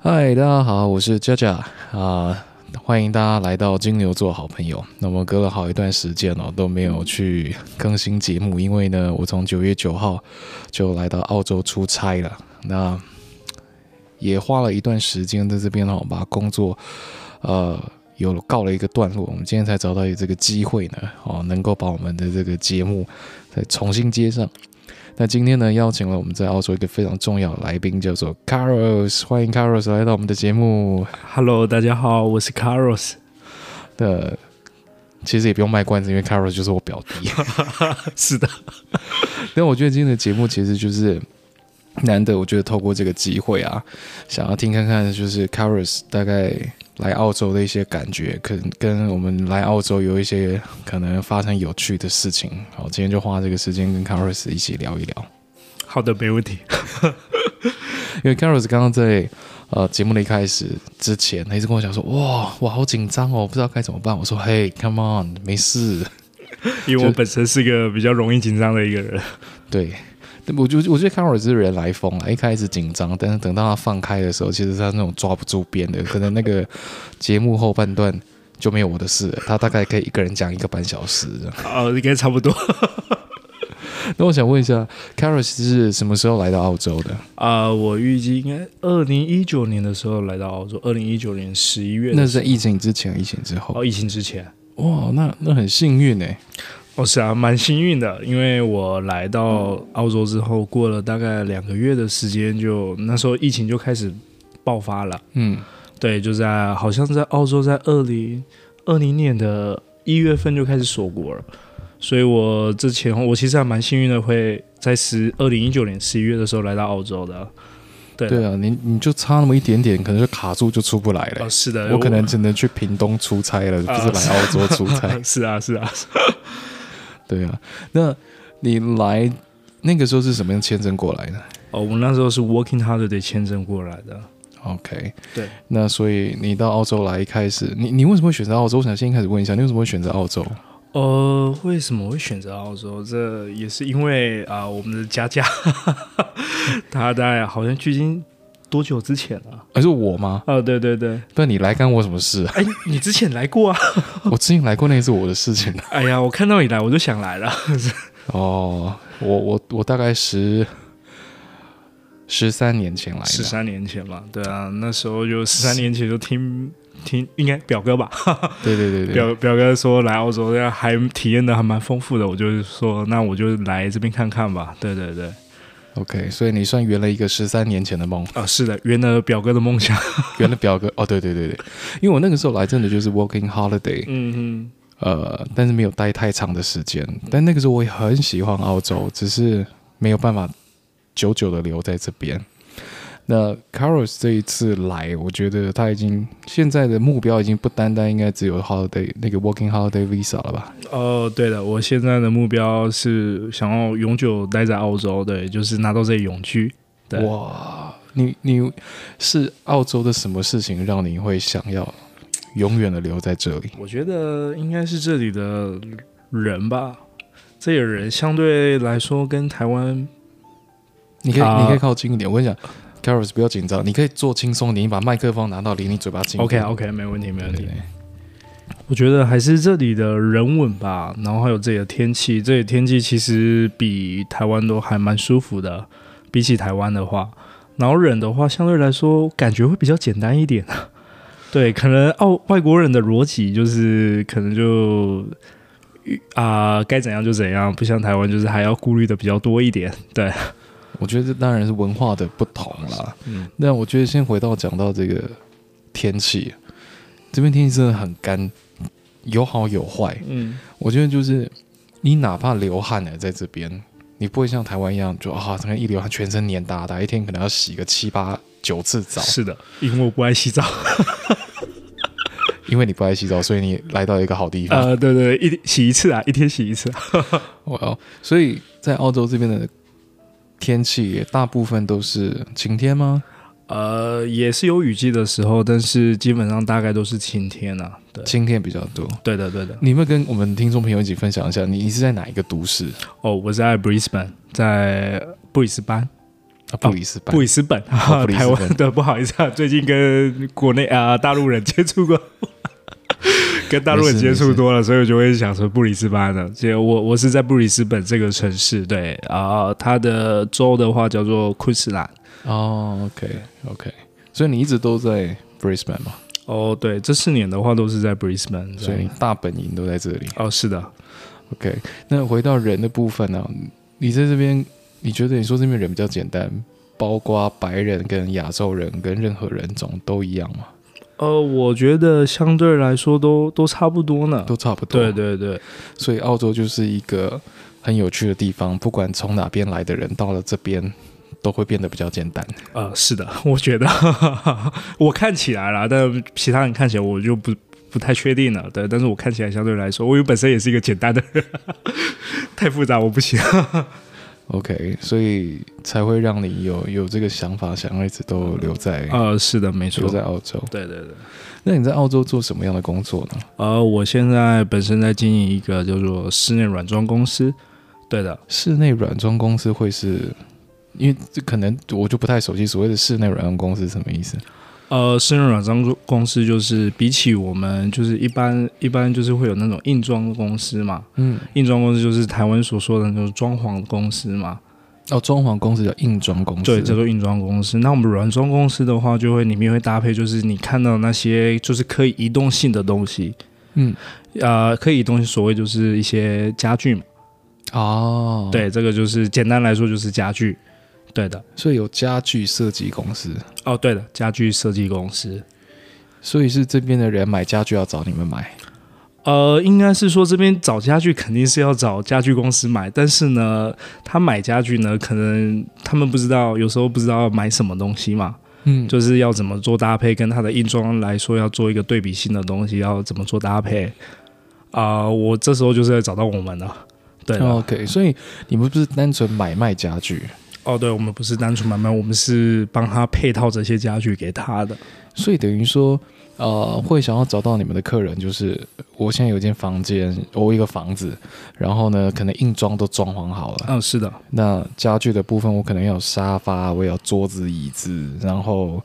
嗨，大家好，我是 JaJa 啊、欢迎大家来到金牛座好朋友。那么隔了好一段时间哦，都没有去更新节目，因为呢，我从九月九号就来到澳洲出差了。那也花了一段时间在这边哦，把工作呃有告了一个段落。我们今天才找到有这个机会呢，哦，能够把我们的这个节目再重新接上。那今天呢，邀请了我们在澳洲一个非常重要的来宾，叫做 Carlos，欢迎 Carlos 来到我们的节目。 Hello，大家好，我是 Carlos。呃，其实也不用卖关子，因为 Carlos 就是我表弟。 是的，但我觉得今天的节目其实就是难得，我觉得透过这个机会啊，想要听看看就是 Carlos 大概来澳洲的一些感觉，可能跟我们来澳洲有一些可能发生有趣的事情。好，今天就花这个时间跟 Carlos 一起聊一聊。好的，没问题。因为 Carlos 刚刚在呃节目的一开始之前，他一直跟我讲说：“哇，我好紧张哦，不知道该怎么办。”我说：“嘿，Come on，没事。 因为我本身是个比较容易紧张的一个人。”对，我就我觉得 Carlos 是人来疯啊了，一开始紧张，但是等到他放开的时候，其实他那种抓不住边的，可能那个节目后半段。就没有我的事了，他大概可以一个人讲一个半小时。 哦，应该差不多。那我想问一下，Carlos 是什么时候来到澳洲的？ 啊、我预计应该二零一九年的时候来到澳洲，二零一九年十一月的那是时在疫情之前，疫情之候后。哦，疫情之前。哇，那那很幸运哎、哦，是啊，蛮幸运的，因为我来到澳洲之后，过了大概两个月的时间就，那时候疫情就开始爆发了。嗯，对，就在好像在澳洲，在二零二零年的一月份就开始锁国了，所以我之前我其实还蛮幸运的，会在十二零一九年十一月的时候来到澳洲的。对对啊，你你就差那么一点点，可能就卡住就出不来了。哦，是的，我可能只能去屏东出差了，不啊。是来澳洲出差 是啊，是啊，对啊，那你来那个时候是什么样签证过来的哦，我那时候是 working holiday 签证过来的。 ？OK，对，那所以你到澳洲来，一开始你你为什么会选择澳洲？我想先开始问一下，你为什么会选择澳洲？呃，为什么会选择澳洲？这也是因为啊、我们的佳 佳，他在好像距今多久之前啊？而、是我吗？哦，对对对，不然你来干我什么事 啊？哎，你之前来过啊？我之前来过，那也是我的事情啊。哎呀，我看到你来，我就想来了。哦，我我我大概十十三年前来十的。三年前嘛，对啊，那时候就十三年前就听听，应该表哥吧，对对对对，表表哥说来澳洲，还体验的还蛮丰富的。我就是说，那我就来这边看看吧。对对对， OK，所以你算圆了一个十三年前的梦， 啊，是的，圆了表哥的梦想。圆了表哥。哦，对对对对，因为我那个时候来真的就是 working holiday，嗯呃，但是没有待太长的时间。但那个时候我也很喜欢澳洲，只是没有办法久久的留在这边。那 Carlos 这一次来，我觉得他已经现在的目标已经不单单应该只有 holiday 那个 working holiday visa 了吧？哼，哦，对了，我现在的目标是想要永久待在澳洲，对，就是拿到这里永居。对哇，你你是澳洲的什么事情让你会想要永远的留在这里？我觉得应该是这里的人吧，这里的人相对来说跟台湾你可以，啊你可以靠近一点。我跟你讲，Carlos 不要紧张，你可以做轻松点，你把麦克风拿到离你嘴巴近一 OK 点。啊 OK，没问题，没对问对题。对我觉得还是这里的人文吧，然后还有这里的天气，这里天气其实比台湾都还蛮舒服的，比起台湾的话，然后人的话相对来说感觉会比较简单一点。 对，可能澳外国人的逻辑就是可能就啊、该怎样就怎样，不像台湾就是还要顾虑的比较多一点。对，我觉得这当然是文化的不同啦。嗯，但我觉得先回到讲到这个天气，这边天气真的很干，有好有坏。嗯，我觉得就是你哪怕流汗了，在这边，你不会像台湾一样就啊，整个一流汗全身黏哒哒，一天可能要洗个七八九次澡。是的，因为我不爱洗澡。啊因为你不爱洗澡，所以你来到一个好地方。呃，对对，一洗一次啊，一天洗一次、啊。哇、哦！所以在澳洲这边的天气也大部分都是晴天吗？呃，也是有雨季的时候，但是基本上大概都是晴天啊。对，晴天比较多。对的，对的。你有没有跟我们听众朋友一起分享一下，你你是在哪一个都市？啊哦，我在 Brisbane，在布里斯班。啊布里斯班布，里斯本，啊哦布里斯台本湾的不好意思啊，最近跟国内啊、大陆人接触过， 跟大陆人接触多了，所以我就会想说布里斯班的。这我我是在布里斯本这个城市，对啊、它的州的话叫做昆士兰。哦，OK OK，所以你一直都在 Brisbane 嘛，哦，对，这四年的话都是在 Brisbane，对所以你大本营都在这里。哦，是的， OK，那回到人的部分呢、啊你在这边，你觉得你说这边人比较简单，包括白人跟亚洲人跟任何人种都一样吗？呃，我觉得相对来说都都差不多呢。都差不多。对。对对，所以澳洲就是一个很有趣的地方，不管从哪边来的人到了这边。都会变得比较简单，呃，是的， 我觉得我看起来啦，但其他人看起来我就不不太确定了。对，但是我看起来相对来说，我本身也是一个简单的人， 太复杂我不行。 OK，所以才会让你有有这个想法，想要一直都留在、呃，是的，留没错。在澳洲。对对对，那你在澳洲做什么样的工作呢？呃，我现在本身在经营一个叫做室内软装公司。对的，室内软装公司会是，因为这可能我就不太熟悉所谓的室内软装公司是什么意思。呃，私人软装公司就是比起我们就是一般一般就是会有那种硬装公司嘛，嗯，硬装公司就是台湾所说的那种装潢公司嘛，哦，装潢公司叫硬装公司，对，叫做硬装公司。那我们软装公司的话，就会里面会搭配就是你看到那些就是可以移动性的东西，嗯，呃，可以移动性所谓就是一些家具嘛，哦，，对，这个就是简单来说就是家具，对的，所以有家具设计公司，哦，对的，家具设计公司。所以是这边的人买家具要找你们买。呃，应该是说这边找家具肯定是要找家具公司买，但是呢，他买家具呢，可能他们不知道，有时候不知道买什么东西嘛，嗯，就是要怎么做搭配，跟它的硬装来说要做一个对比性的东西，要怎么做搭配啊、我这时候就是要找到我们了。对了，哦 OK，所以你们不是单纯买卖家具，哦对，我们不是单纯买卖，我们是帮他配套这些家具给他的。所以等于说，呃，会想要找到你们的客人，就是我现在有一间房间，我有一个房子，然后呢，可能硬装都装潢好了，嗯，是的，那家具的部分，我可能要有沙发，我也要桌子、椅子，然后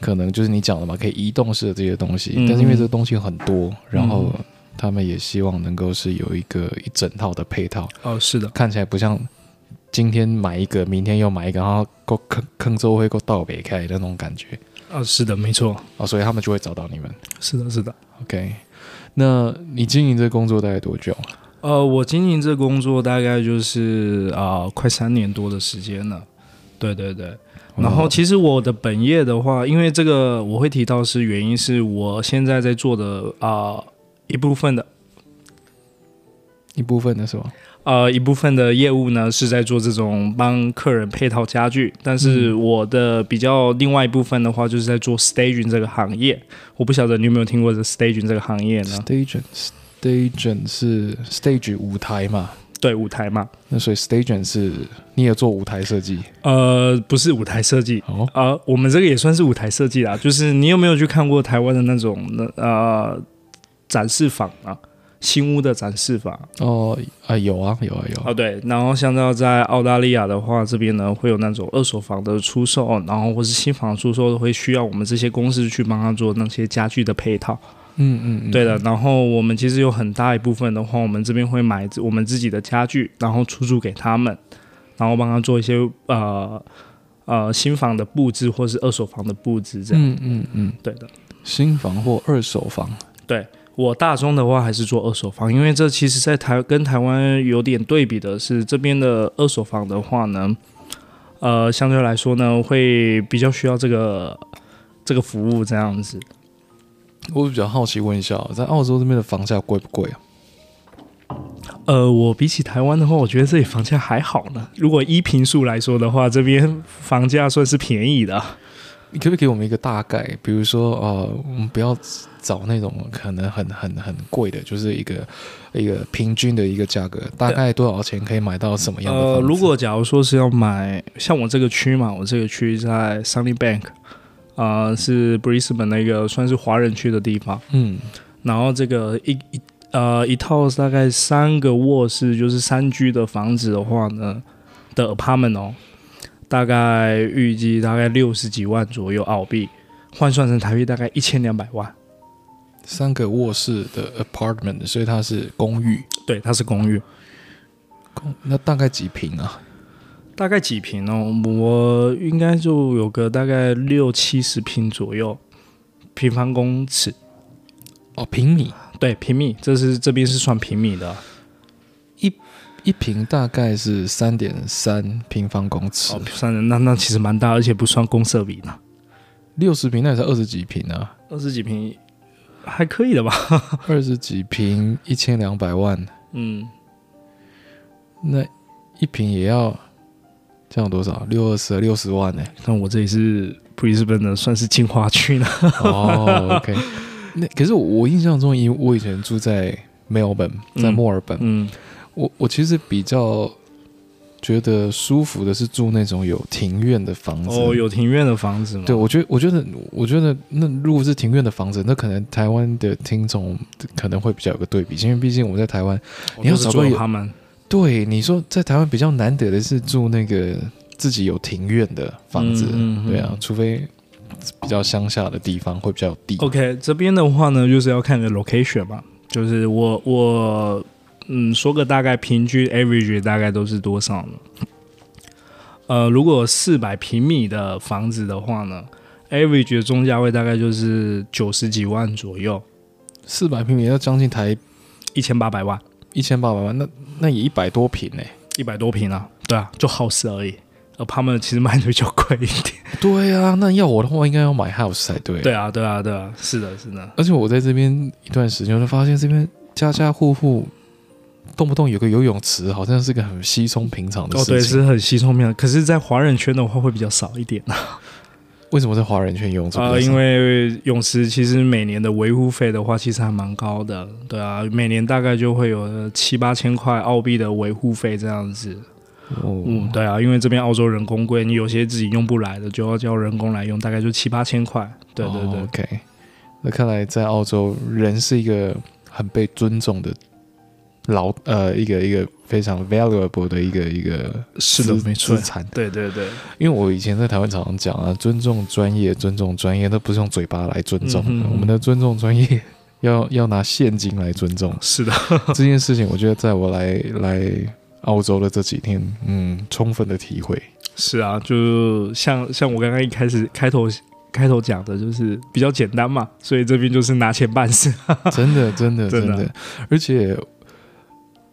可能就是你讲的嘛，可以移动式的这些东西。嗯但是因为这个东西很多，然后他们也希望能够是有一个一整套的配套，哦，是的，看起来不像今天买一个，明天又买一个，然后够坑坑周会够倒北开的那种感觉哦，是的，没错，哦，所以他们就会找到你们。是的，是的。 OK，那你经营这个工作大概多久？啊呃，我经营这工作大概就是啊、快三年多的时间了。对对对。然后其实我的本业的话，因为这个我会提到是原因是我现在在做的啊、一部分的一部分的是啊吗？呃一部分的业务呢是在做这种帮客人配套家具，但是我的比较另外一部分的话就是在做 staging 这个行业。我不晓得你有没有听过这 staging 这个行业呢？ Stage stage 是 stage 舞台嘛？对，舞台嘛，那所以 stage 是你也做舞台设计呃，不是舞台设计，哦？呃，我们这个也算是舞台设计啦，就是你有没有去看过台湾的那种那呃展示坊啊？新屋的展示坊哦啊，有啊有啊有啊哦，对，然后像到在澳大利亚的话，这边呢会有那种二手房的出售，然后或是新房出售，会需要我们这些公司去帮他做那些家具的配套。嗯嗯嗯，对的，然后我们其实有很大一部分的话，我们这边会买自我们自己的家具，然后出租给他们，然后帮他做一些呃呃新房的布置或是二手房的布置这样。嗯嗯嗯，对的，新房或二手房，我大中的话还是做二手房，因为这其实在台跟台湾有点对比的是，这边的二手房的话呢，呃，相对来说呢会比较需要这个这个服务这样子。我比较好奇问一下，哦在澳洲这边的房价贵不贵啊？呃，我比起台湾的话，我觉得这里房价还好呢。如果依平数来说的话，这边房价算是便宜的。你可不可以给我们一个大概？比如说，呃，我们不要找那种可能很很很贵的，就是一个一个平均的一个价格，大概多少钱可以买到什么样的房子？呃，如果假如说是要买，像我这个区嘛，我这个区在 Sunny Bank，啊、呃，是 Brisbane 那个算是华人区的地方。嗯然后这个一一呃一套大概三个卧室，就是三居的房子的话呢，的 apartment 哦，大概预计大概六十几万左右澳币，换算成台币大概一千两百万。三个卧室的 apartment，所以它是公寓。对，它是公寓，公那大概几平啊？大概几平哦？我应该就有个大概六七十平左右，平方公尺。哦，平米，对，平米，这是这边是算平米的。一平大概是三点三平方公尺哦，，算了，那那其实蛮大，而且不算公设比呢，六十平那也才二十几平 啊，二十几平还可以的吧？二十几平一千两百万，嗯，那一平也要这样多少？六二十，六十万欸呢、那我这里是 Brisbane 的，算是精华区呢。哦，OK。那可是我我印象中，因为我以前住在 Melbourne，在嗯墨尔本，嗯，我我其实比较觉得舒服的是住那种有庭院的房子。哦，有庭院的房子吗？嗯对，我觉得，我觉得，我觉得，那如果是庭院的房子，那可能台湾的听众可能会比较有个对比，因为毕竟我们在台湾，我你要都是找住个有他们对你说，在台湾比较难得的是住那个自己有庭院的房子，嗯嗯嗯对啊，除非比较乡下的地方会比较有地。 OK，这边的话呢，就是要看个 location 嘛，就是我我嗯，说个大概平均 average 大概都是多少呢？呃，如果四百平米的房子的话呢，average 的中价位大概就是九十几万左右，四百平米要将近台一千八百万，一千八百万，那那也一百多平呢、一百多平啊，对啊，就 house 而已。apartment 呃其实卖的比较贵一点。对啊，那要我的话，应该要买 house 才对。对啊，对啊，对啊，是的，是的。而且我在这边一段时间，我就发现这边家家户户动不动有个游泳池，好像是个很稀松平常的哦，对，事情。是很稀松面的。可是，在华人圈的话会比较少一点。为什么在华人圈游泳池比较少？啊，因为泳池其实每年的维护费的话，其实还蛮高的，对啊，每年大概就会有七八千块澳币的维护费这样子。嗯，哦，对啊，因为这边澳洲人工贵，你有些自己用不来的，就要叫人工来用，大概就七八千块。对对对，哦 OK，那看来在澳洲，人是一个很被尊重的劳呃一个一个非常 valuable 的一个一个是的资，没错资。产。对对对，因为我以前在台湾常常讲啊，尊重专业，尊重专业，那不是用嘴巴来尊重的，嗯哼。我们的尊重专业要 要拿现金来尊重是的，这件事情，我觉得在我来来澳洲的这几天，嗯，充分的体 会。是啊，就像像我刚刚一开始开头开头讲的，就是比较简单嘛，所以这边就是拿钱办事。真的，真的，真真的啊的，而且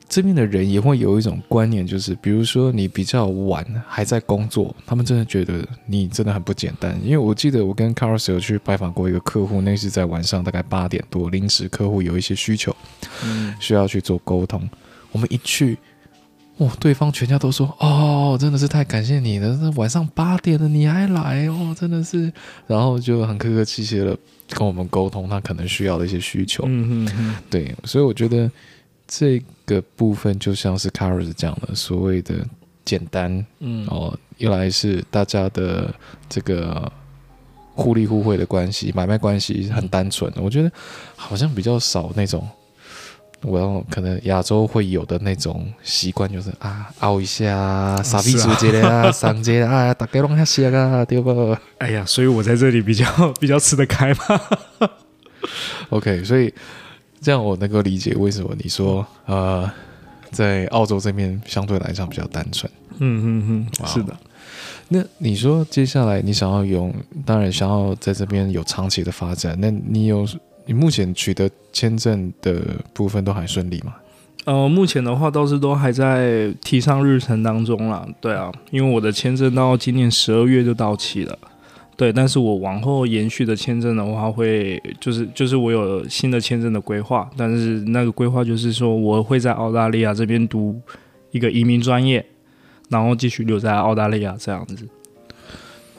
这边的人也会有一种观念，就是比如说你比较晚还在工作，他们真的觉得你真的很不简单。因为我记得我跟 Carlos 有去拜访过一个客户，那是在晚上大概八点多，临时客户有一些需求嗯，需要去做沟通，我们一去。哇！对方全家都说：“哦，真的是太感谢你了，那晚上八点了你还来哦，真的是。”然后就很客客气气的跟我们沟通他可能需要的一些需求。嗯嗯嗯，对，所以我觉得这个部分就像是 Carlos 讲的所谓的简单嗯，哦，一来是大家的这个互利互惠的关系，买卖关系很单纯，我觉得好像比较少那种。我要可能亚洲会有的那种习惯，就是啊，凹一下啊，傻逼是出啊街的啊， 上街的啊，大家拢遐些啊，对不？哎呀，所以我在这里比较比较吃得开嘛。 OK，所以这样我能够理解为什么你说呃，在澳洲这边相对来讲比较单纯。嗯嗯哇嗯，是的，那你说接下来你想要有，当然想要在这边有长期的发展，那你有你目前取得签证的部分都还顺利吗？呃，目前的话倒是都还在提上日程当中啦。对啊，因为我的签证到今年十二月就到期了。对，但是我往后延续的签证的话会，就是就是我有新的签证的规划，但是那个规划就是说我会在澳大利亚这边读一个移民专业，然后继续留在澳大利亚这样子。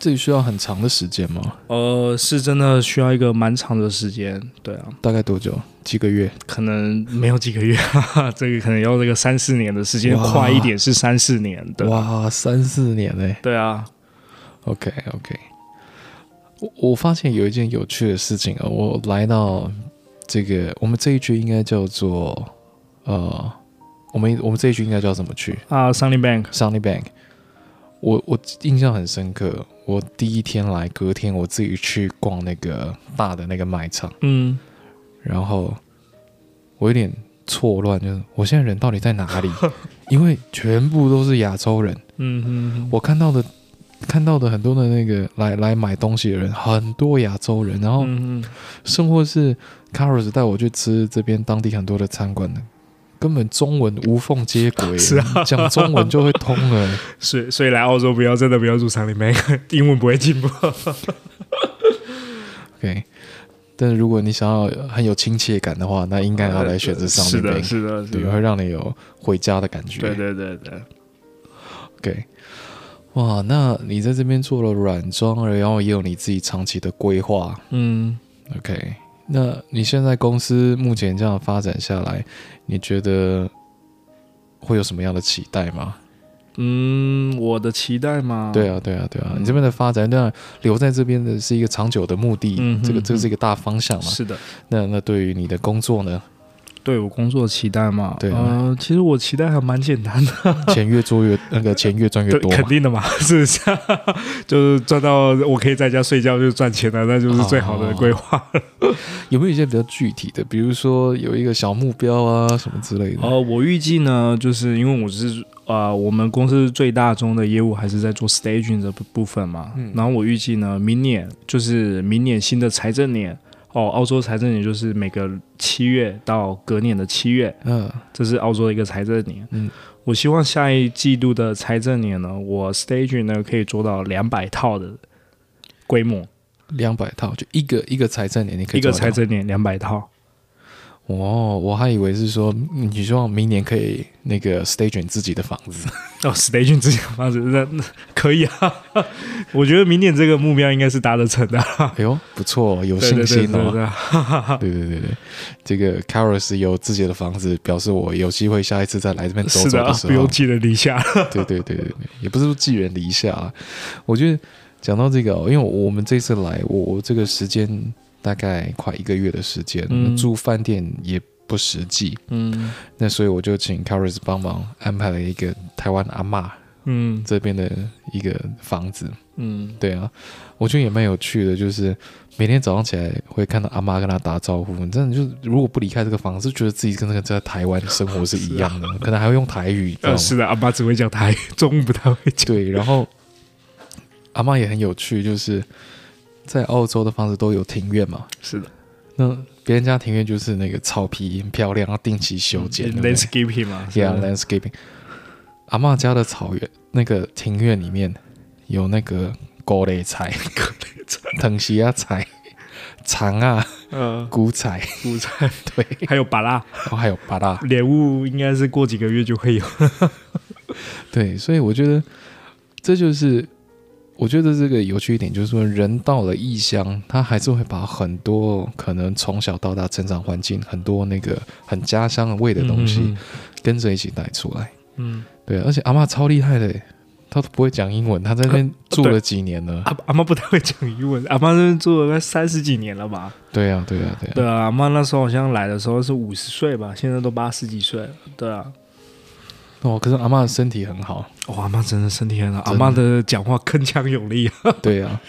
这里需要很长的时间吗？呃，是真的需要一个蛮长的时间，对啊。大概多久？几个月？可能没有几个月， 哈哈，这个可能要这个三四年的时间，哇快一点是三四年的。哇，三四年嘞、对啊， OK OK，我我发现有一件有趣的事情啊，我来到这个我们这一区应该叫做呃，我们我们这一区应该叫什么区啊，Sunny Bank， ？Sunny Bank。我我印象很深刻，我第一天来，隔天我自己去逛那个大的那个卖场，嗯，然后我有点错乱，就是我现在人到底在哪 里？因为全部都是亚洲人，嗯嗯，我看到的看到的很多的那个来来买东西的人，很多亚洲人，然后嗯嗯甚或是 Carlos 带我去吃这边当地很多的餐馆的，根本中文无缝接轨， 是啊讲中文就会通了。所以所以来澳洲不要真的不要住厂里面， 英文不会进步。 OK，但是如果你想要很有亲切感的话，那应该要来 选择上呃是面的，冰，是的，是对，会的，让你有回家的感觉。对对对对， OK，哇，那你在这边做了软装，然后也有你自己长期的规划。嗯。 OK，那你现在公司目前这样发展下来，你觉得会有什么样的期待吗？嗯，我的期待吗？对，啊，对啊，对啊，你这边的发展，那留在这边的是一个长久的目的，嗯哼这个这个是一个大方向嘛。是的，那那对于你的工作呢，对我工作的期待嘛，对啊呃，其实我期待还蛮简单的，钱越做越那个钱越赚越对，多 肯嘛。定的嘛，是 不是？就是赚到我可以在家睡觉就赚钱了，那就是最好哦的规划了。有没有一些比较具体的，比如说有一个小目标啊什么之类的？呃，我预计呢，就是因为我是啊、呃我们公司最大宗的业务还是在做 staging 这部部分嘛。嗯然后我预计呢，明年就是明年新的财政年哦，澳洲财政年就是每个七月到隔年的七月，嗯这是澳洲的一个财政年。嗯，我希望下一季度的财政年呢，我 staging 呢可以做到两百套的规模，两百套，就一个一个财政年，你可以一做个得财到政年两百套。哦，我还以为是说嗯你希望明年可以那个 stage 你自己的房 子，哦，staging 自己的房子，那那可以啊。 我觉得明年这个目标应该是达得成的。哎呦，不错，有对信对对心对哦。对， 对对对对，这个 Caros 有自己的房子，表示我有机会下一次再来这边走 是走的，啊时不候用，寄人篱下。 对对对对对，也不是说寄人篱下啊。我觉得讲到这个、哦，因为我们这次来，我我这个时间大概快一个月的时间，嗯那住饭店也不实际，嗯那所以我就请 Caris 帮忙安排了一个台湾阿嬷嗯这边的一个房子。嗯，对啊，我觉得也蛮有趣的，就是每天早上起来会看到阿妈跟她打招呼，你真的就是如果不离开这个房子，就觉得自己跟那个在台湾生活是一样的，可能还会用台语，你知道呃，吗？是的，阿妈只会讲台语，中文不太会讲。对，然后阿妈也很有趣，就是在澳洲的房子都有庭院嘛，是的那别人家庭院就是那个草皮很漂亮，要定期修剪，对不对，landscaping 嘛。是？Yeah, 的 landscaping。阿妈家的草原那个庭院里面有那个高丽菜、藤西亚菜、 长啊、 呃，菇菜，古菜对，还有巴拉。然后还有巴拉，莲雾应该是过几个月就会有。对，所以我觉得这就是我觉得这个有趣一点，就是说人到了异乡，他还是会把很多可能从小到大成长环境很多那个很家乡味的东嗯西跟着一起带出来。嗯，嗯，对，啊而且阿嬷超厉害的，欸她都不会讲英文，她在那边住呃对了几年了。阿阿妈不太会讲英文，阿妈那边住了三十几年了吧？对啊，对啊，对啊。对啊，阿妈那时候好像来的时候是五十岁吧，现在都八十几岁了。对啊，哦，可是阿嬷的身体很 好。哇、阿妈真的身体很好，真阿的妈的讲话铿锵有力啊。对啊，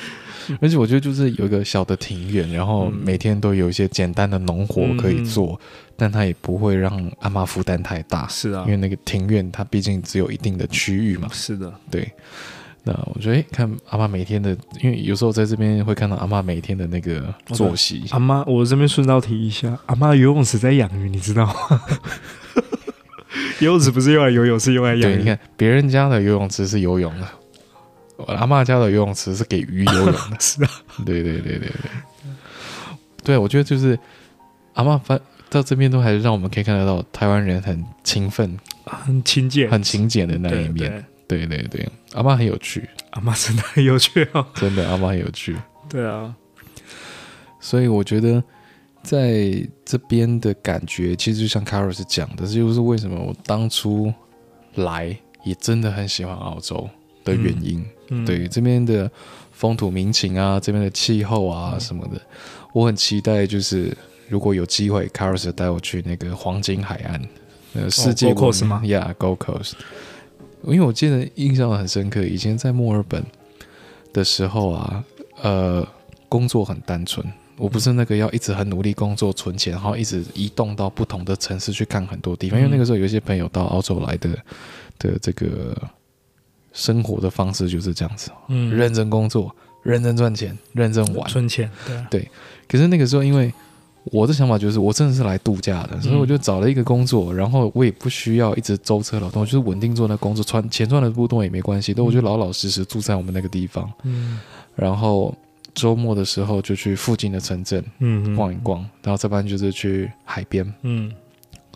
而且我觉得就是有一个小的庭院，然后嗯每天都有一些简单的农活可以嗯做，但它也不会让阿嬷负担太大。是啊因为那个庭院它毕竟只有一定的区域嘛，是的，对。那我觉得，诶看阿妈每天的，因为有时候在这边会看到阿妈每天的那个哦对作息，阿妈，我这边顺道提一下，阿妈游泳池在养鱼，你知道吗？ 游泳池不是用来游泳，是用来养对，你鱼。。看别人家的游泳池是游泳的，我阿妈家的游泳池是给鱼游泳的 是啊，对对对对对，对我觉得就是阿妈反到这边都还是让我们可以看得到台湾人很勤奋、啊很亲切，很勤俭的那对一面。对对对对，阿妈很有趣，阿妈真的很有趣 哦。真的阿妈很有趣。对啊，所以我觉得在这边的感觉，其实就像 Caro 是讲的，这就是为什么我当初来也真的很喜欢澳洲的原因。嗯，对这边的风土民情啊，这边的气候嗯啊什么的，我很期待。就是如果有机会 c a r o s 带我去那个黄金海岸，呃，世界哦 Gold Coast 闻吗？Yeah，Gold Coast。因为我记得印象很深刻，以前在墨尔本的时候啊，呃，工作很单纯，我不是那个要一直很努力工作存钱，然后一直移动到不同的城市去看很多地方，因为那个时候有一些朋友到澳洲来的的这个生活的方式就是这样子，嗯，认真工作，认真赚钱，认真玩。存钱，对啊，可是那个时候，因为我的想法就是，我真的是来度假的，所以我就找了一个工作，然后我也不需要一直舟车劳顿，我就是稳定做那工作，赚钱赚的不多也没关系，但我就老老实实住在我们那个地方，嗯然后周末的时候就去附近的城镇嗯逛一逛，然后再不然就是去海边嗯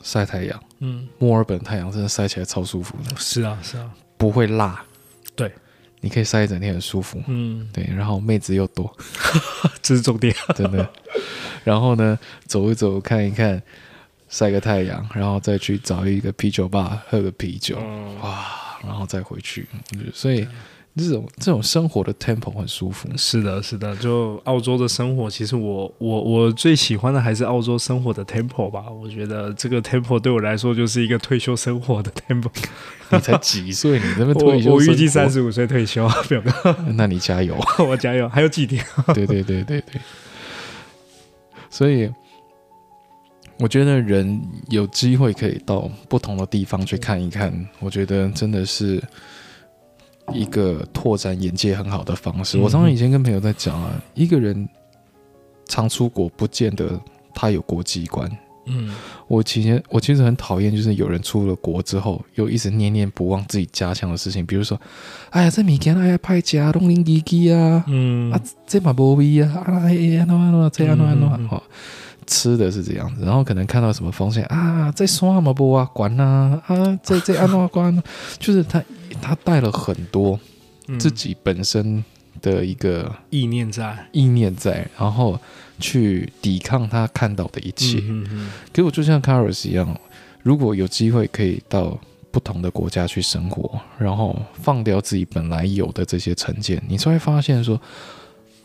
晒太阳。嗯，墨尔本太阳真的晒起来超舒服的，是啊是啊，不会辣，对，你可以晒一整天很舒服。嗯，对，然后妹子又多， 这是重点，真的。然后呢，走一走，看一看，晒个太阳，然后再去找一个啤酒吧喝个啤酒，嗯，哇，然后再回去。嗯所以这种这种生活的 tempo 很舒服。是的是的，就澳洲的生活，其实我我我最喜欢的还是澳洲生活的 tempo 吧，我觉得这个 tempo 对我来说就是一个退休生活的 tempo，你才几岁，你那边退休 我我预计生三活十五岁退休，表哥，那你加油。 我加油，还有几天？ 对对对对对。所以，我觉得人有机会可以到不同的地方去看一看，我觉得真的是一个拓展眼界很好的方式。嗯我常常以前跟朋友在讲啊，一个人常出国，不见得他有国际观。嗯我其实我其实很讨厌，就是有人出了国之后，又一直念念不忘自己家乡的事情，比如说，哎呀，这米干哎呀派家东林吉吉啊， 嗯啊，这嘛无味啊，啊哎呀，喏喏，这样喏嗯嗯嗯喏，哦，吃的是这样子，然后可能看到什么风险啊，这山嘛不啊，管呐啊，这这安诺管， 就是他他带了很多嗯自己本身的一个意念在意念在，然后去抵抗他看到的一切。嗯嗯可我就像 Caros 一样，如果有机会可以到不同的国家去生活，然后放掉自己本来有的这些成见，你才会发现说，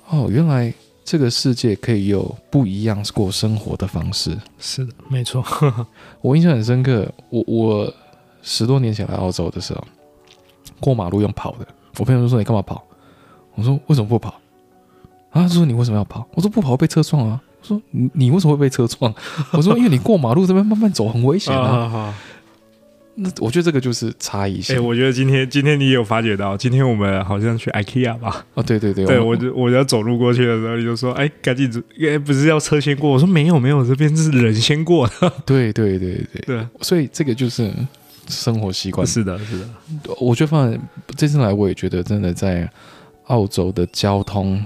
哦，原来这个世界可以有不一样过生活的方式。嗯是的，没错，我印象很深刻，我我十多年前来澳洲的时候，过马路用跑的，我朋友就说你干嘛跑？我说为什么不跑？啊，他说你为什么要跑？我说不跑会被车撞啊。我说你你为什么会被车撞？ 我说因为你过马路这边慢慢走很危险啊。好好。那我觉得这个就是差异哎、性。我觉得今天今天你有发觉到，今天我们好像去 IKEA 吧？哦，对对对，对，我我就我要走路过去的时候，你就说，哎、赶紧走，哎、不是要车先过？我说没有没有，这边是人先过的。对对对对，对，所以这个就是生活习惯。是的，是的，我觉得放在这次来，我也觉得真的在澳洲的交通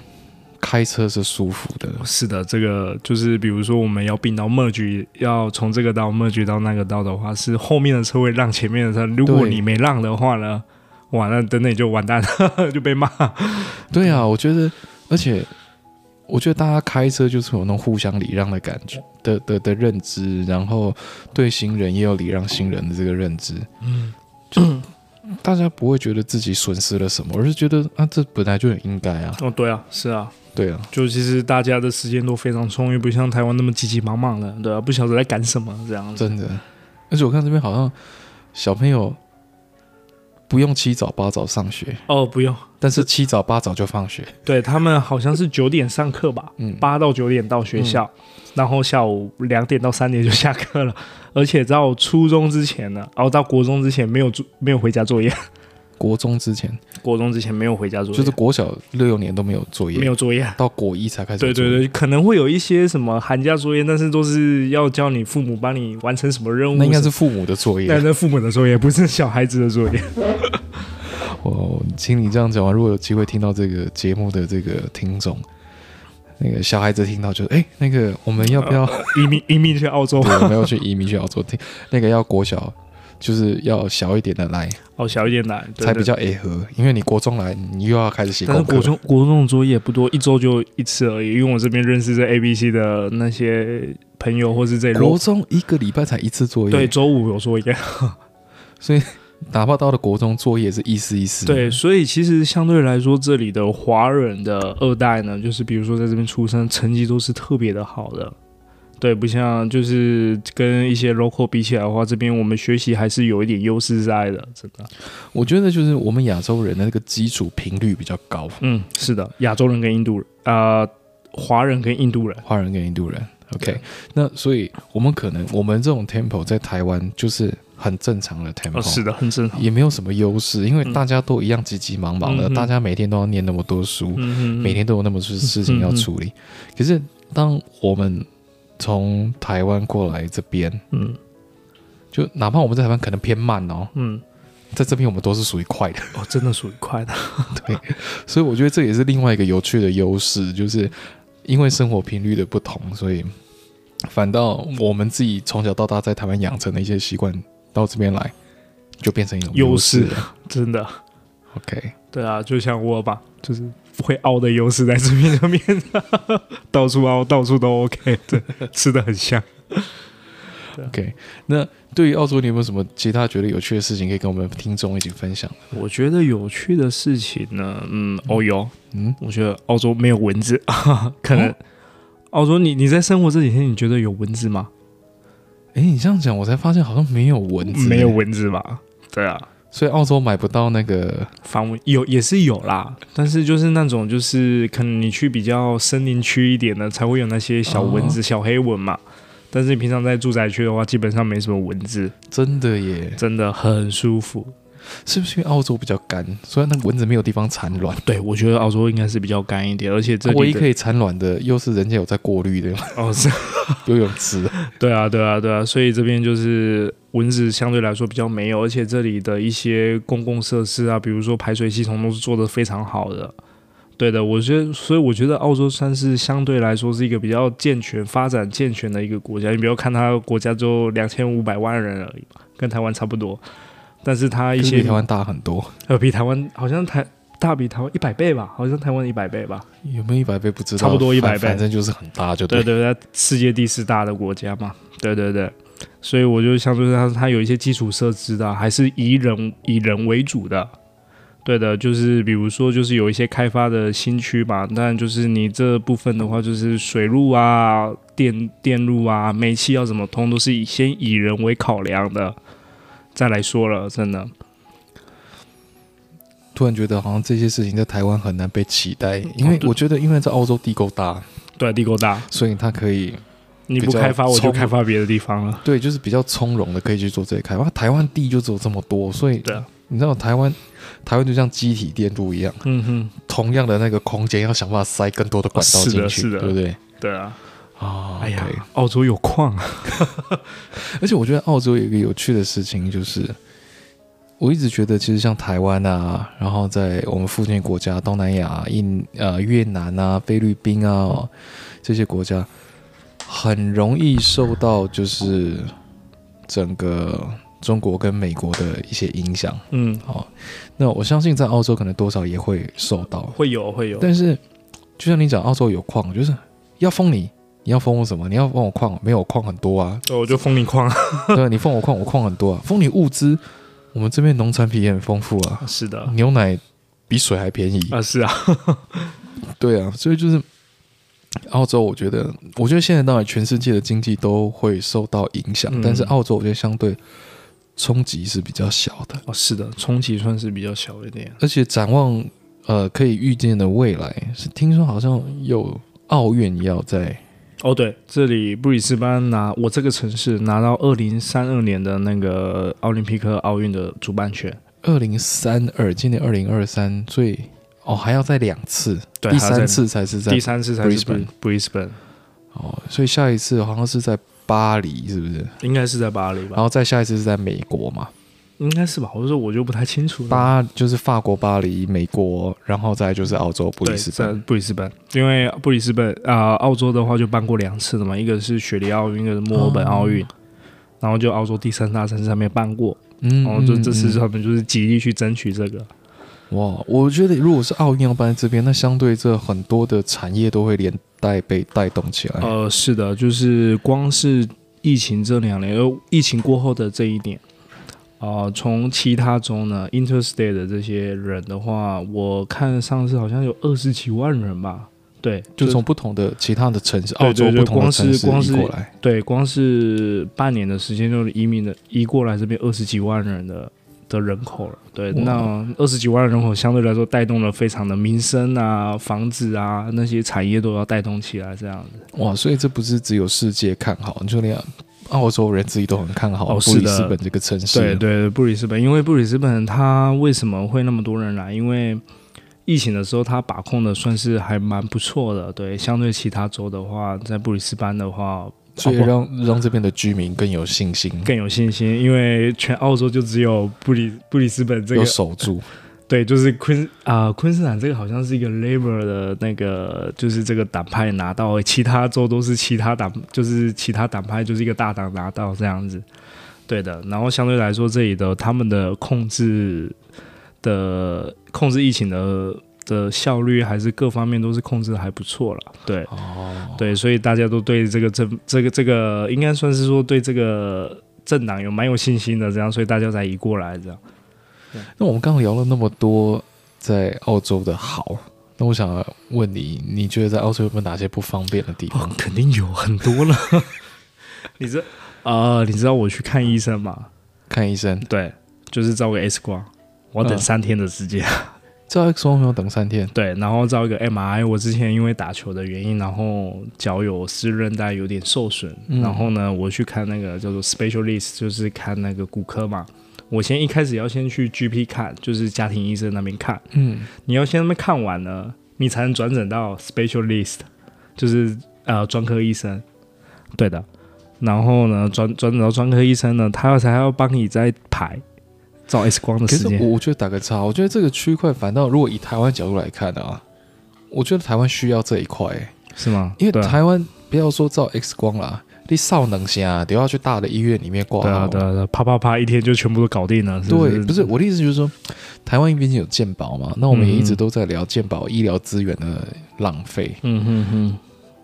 开车是舒服的。是的，这个就是比如说我们要并到 merge，要从这个道 merge 到那个道的话，是后面的车会让前面的车，如果对你没让的话呢，完了等等你就完蛋了， 就被骂。对啊，我觉得，而且我觉得大家开车就是有那种互相礼让的感觉的的的认知，然后对行人也有礼让行人的这个认知。嗯，大家不会觉得自己损失了什么，而是觉得啊，这本来就很应该啊。哦，对啊，是啊，对啊，就其实大家的时间都非常充裕，不像台湾那么急急忙忙的，对吧、啊不晓得在赶什么这样子。真的。而且我看这边好像小朋友不用七早八早上学，哦，不用，但是七早八早就放学。对他们好像是九点上课吧，嗯，八到九点到学校，然后下午两点到三点就下课了。 而且到初中之前呢，哦，到国中之前没有作没有回家作业，国中之前 国中之前没有回家作业，就是国小六年都没有作业，没有作业。到国一才开始。对对，对，可能会有一些什么寒假作业，但是都是要叫你父母帮你完成什么任务。那应该是父母的作业那。是父母的作业，不是小孩子的作 业。我听你这样讲啊完，如果有机会听到这个节目的这个听众，那个小孩子听到就哎、诶那个我们要不 要？，移民移民去澳洲对，我们要去移民去澳洲听，那个要国小。就是要小一点的来，哦，小一点的对才对比较 A 合，因为你国中来，你又要开始写但功课是国。中国中的作业不多，一周就一次而已。因为我这边认识这 A、B、C 的那些朋友，或是这国中一个礼拜才一次作业，对，周五有作业。所以哪怕到了国中，作业是一丝一丝。对，所以其实相对来说，这里的华人的二代呢，就是比如说在这边出生，成绩都是特别的好的。对，不像就是跟一些 local 比起来的话，这边我们学习还是有一点优势在的，真的。我觉得就是我们亚洲人的那个基础频率比较高，嗯，是的，亚洲人跟印度人，啊，华人跟印度人，华人跟印度人。OK，对那所以我们可能我们这种 tempo 在台湾就是很正常的哦， tempo，、是的，很正常。也没有什么优势，因为嗯大家都一样急急忙忙的，嗯哼大家每天都要念那么多书，嗯嗯，嗯每天都有那么多事情要处理。可是当我们从台湾过来这边，嗯就哪怕我们在台湾可能偏慢哦，嗯，在这边我们都是属于快的，哦，真的属于快的， 所以我觉得这也是另外一个有趣的优势，就是因为生活频率的不同，所以反倒我们自己从小到大在台湾养成的一些习惯，到这边来就变成一种优势势了。真的。 OK，对啊，就像我吧，就是会凹的优势在这边这边，到处凹，到处都 OK，对，吃的很香。 OK，那对于澳洲，你有没有什么其他觉得有趣的事情可以跟我们听众一起分享？我觉得有趣的事情呢，嗯，哦有，嗯，我觉得澳洲没有蚊子， 可能、哦澳洲你你在生活这几天，你觉得有蚊子吗？诶，你这样讲，我才发现好像没有蚊子，没有，蚊子吧？对啊，所以澳洲买不到那个防蚊有也是有啦，但是就是那种就是可能你去比较森林区一点的，才会有那些小蚊子、小黑蚊嘛。但是你平常在住宅区的话，基本上没什么蚊子，真的耶，真的很舒服。是不是因为澳洲比较干，所以那蚊子没有地方产卵？对，我觉得澳洲应该是比较干一点，而且这啊唯里一的可以产卵的，又是人家有在过滤 的哦是， 游泳池。对啊对啊对啊，所以这边就是蚊子相对来说比较没有，而且这里的一些公共设施啊，比如说排水系统都是做得非常好的。对的，我觉得，所以我觉得澳洲算是相对来说是一个比较健全、发展健全的一个国家。你不要看它国家就两千五百万人而已嘛，跟台湾差不多，但是它一可是些比台湾大很多，呃比台湾好像台大比台湾一百倍吧，好像台湾一百倍吧。有没有一百倍不知道，差不多100反倍反正就是很大，就对对。对，它世界第四大的国家嘛，对对对，所以我就相对它它有一些基础设施的啊、还是以人以人为主的。对的，就是比如说，就是有一些开发的新区嘛，但就是你这部分的话，就是水路啊、电电路啊、煤气要怎么通，都是以先以人为考量的，再来说了，真的。突然觉得好像这些事情在台湾很难被期待，因为嗯对我觉得因为在澳洲地够大，对，地够大，所以它可以你比不较开发我就聪开发别的地方了。对，就是比较从容的可以去做这些开发。台湾地就只有这么多，所以对啊，你知道台湾台湾就像机体电路一样，嗯哼，同样的那个空间要想办法塞更多的管道哦是进的去，是的对不对？对啊，啊，哎呀 OK，澳洲有矿啊， 而且我觉得澳洲有一个有趣的事情，就是我一直觉得，其实像台湾啊，然后在我们附近国家，东南亚、印呃越南啊、菲律宾啊、这些国家，很容易受到就是整个中国跟美国的一些影响。嗯，哦，那我相信在澳洲可能多少也会受到，会有会有，但是就像你讲，澳洲有矿，就是要封你。你要封我什么？你要封我矿？没有矿很多啊，哦，我就封你矿。对啊，你放我矿，我矿很多啊，封你物资，我们这边农产品也很丰富啊， 是的，啊、牛奶比水还便宜。是 啊，对啊，所以就是澳洲，我觉得，我觉得现在当然全世界的经济都会受到影响，嗯但是澳洲我觉得相对冲击是比较小的， 哦，是的，冲击算是比较小一点。而且展望呃可以预见的未来是听说好像有奥运要在哦，对，这里布里斯班拿我这个城市拿到二零三二年的那个奥林匹克奥运的主办权，二零三二，今年二零二三，所以哦还要再两次，对，第还要三在次才是在第三次才是 Brisbane 布里斯本，哦，所以下一次好像是在巴黎，是不是？应该是在巴黎然吧？后再下一次是在美国嘛？应该是吧？我就说我就不太清楚了。巴就是法国巴黎，美国，然后再就是澳洲布对里斯，在本。布里斯本，因为布里斯本啊、澳洲的话就办过两次的嘛，一个是雪梨奥运，一个是墨尔本奥运，然后就澳洲第三大城市还没办过，嗯然后哦就这次嗯他们就是极力去争取这个。哇，我觉得如果是奥运要办在这边，那相对这很多的产业都会连带被带动起来。呃，是的，就是光是疫情这两年，呃，疫情过后的这一年，呃，从其他州呢，interstate 的这些人的话，我看上次好像有二十几万人吧，对，就就从不同的其他的城市，对澳洲对对不同的光是城市光移是过来，对，光是半年的时间就移民的移过来这边二十几万人的的人口了。对，哇那二十几万人口相对来说带动了非常的民生啊、房子啊那些产业都要带动起来，这样子。哇，所以这不是只有世界看好，就连澳洲人自己都很看好哦布里是的斯本这个城市。对对，布里斯本，因为布里斯本它为什么会那么多人来？因为疫情的时候，它把控的算是还蛮不错的。对，相对其他州的话，在布里斯班的话，所以好不让让这边的居民更有信心，更有信心，因为全澳洲就只有布里布里斯本这个有守住。对，就是昆啊、昆士兰这个好像是一个 Labor 的那个，就是这个党派拿到，其他州都是其他党，就是其他党派就是一个大党拿到这样子。对的，然后相对来说，这里的他们的控制的控制疫情的的效率还是各方面都是控制的还不错了。对，哦，对，所以大家都对这个政这个这个应该算是说对这个政党有蛮有信心的，这样，所以大家才移过来这样。那我们刚刚聊了那么多在澳洲的好，那我想问你，你觉得在澳洲有没有哪些不方便的地哦方？，肯定有很多了。 你知啊、你知道我去看医生嘛？看医生，对，就是照个 X 光，我要嗯等三天的时间。照 X 光没有等三天，对，然后照一个 MRI。我之前因为打球的原因，然后脚有湿韧带有点受损，嗯然后呢，我去看那个叫做 specialist，就是看那个骨科嘛。我先一开始要先去 GP 看，就是家庭医生那边看。嗯，你要先那边看完呢，你才能转诊到 specialist，就是呃专科医生。对的，然后呢，转转诊到专科医生呢，他才要帮你再排照 X 光的可时是间。我我觉得打个岔，我觉得这个区块反倒如果以台湾角度来看啊，我觉得台湾需要这一块、欸是吗？因为对啊台湾不要说照 X 光啦，你少能啊，都要去大的医院里面挂对啊，号。对啊，对啊啪啪啪，一天就全部都搞定了。是对是不是我的意思就是说，台湾毕竟有健保嘛，那我们也一直嗯都在聊健保医疗资源的浪费。嗯哼哼，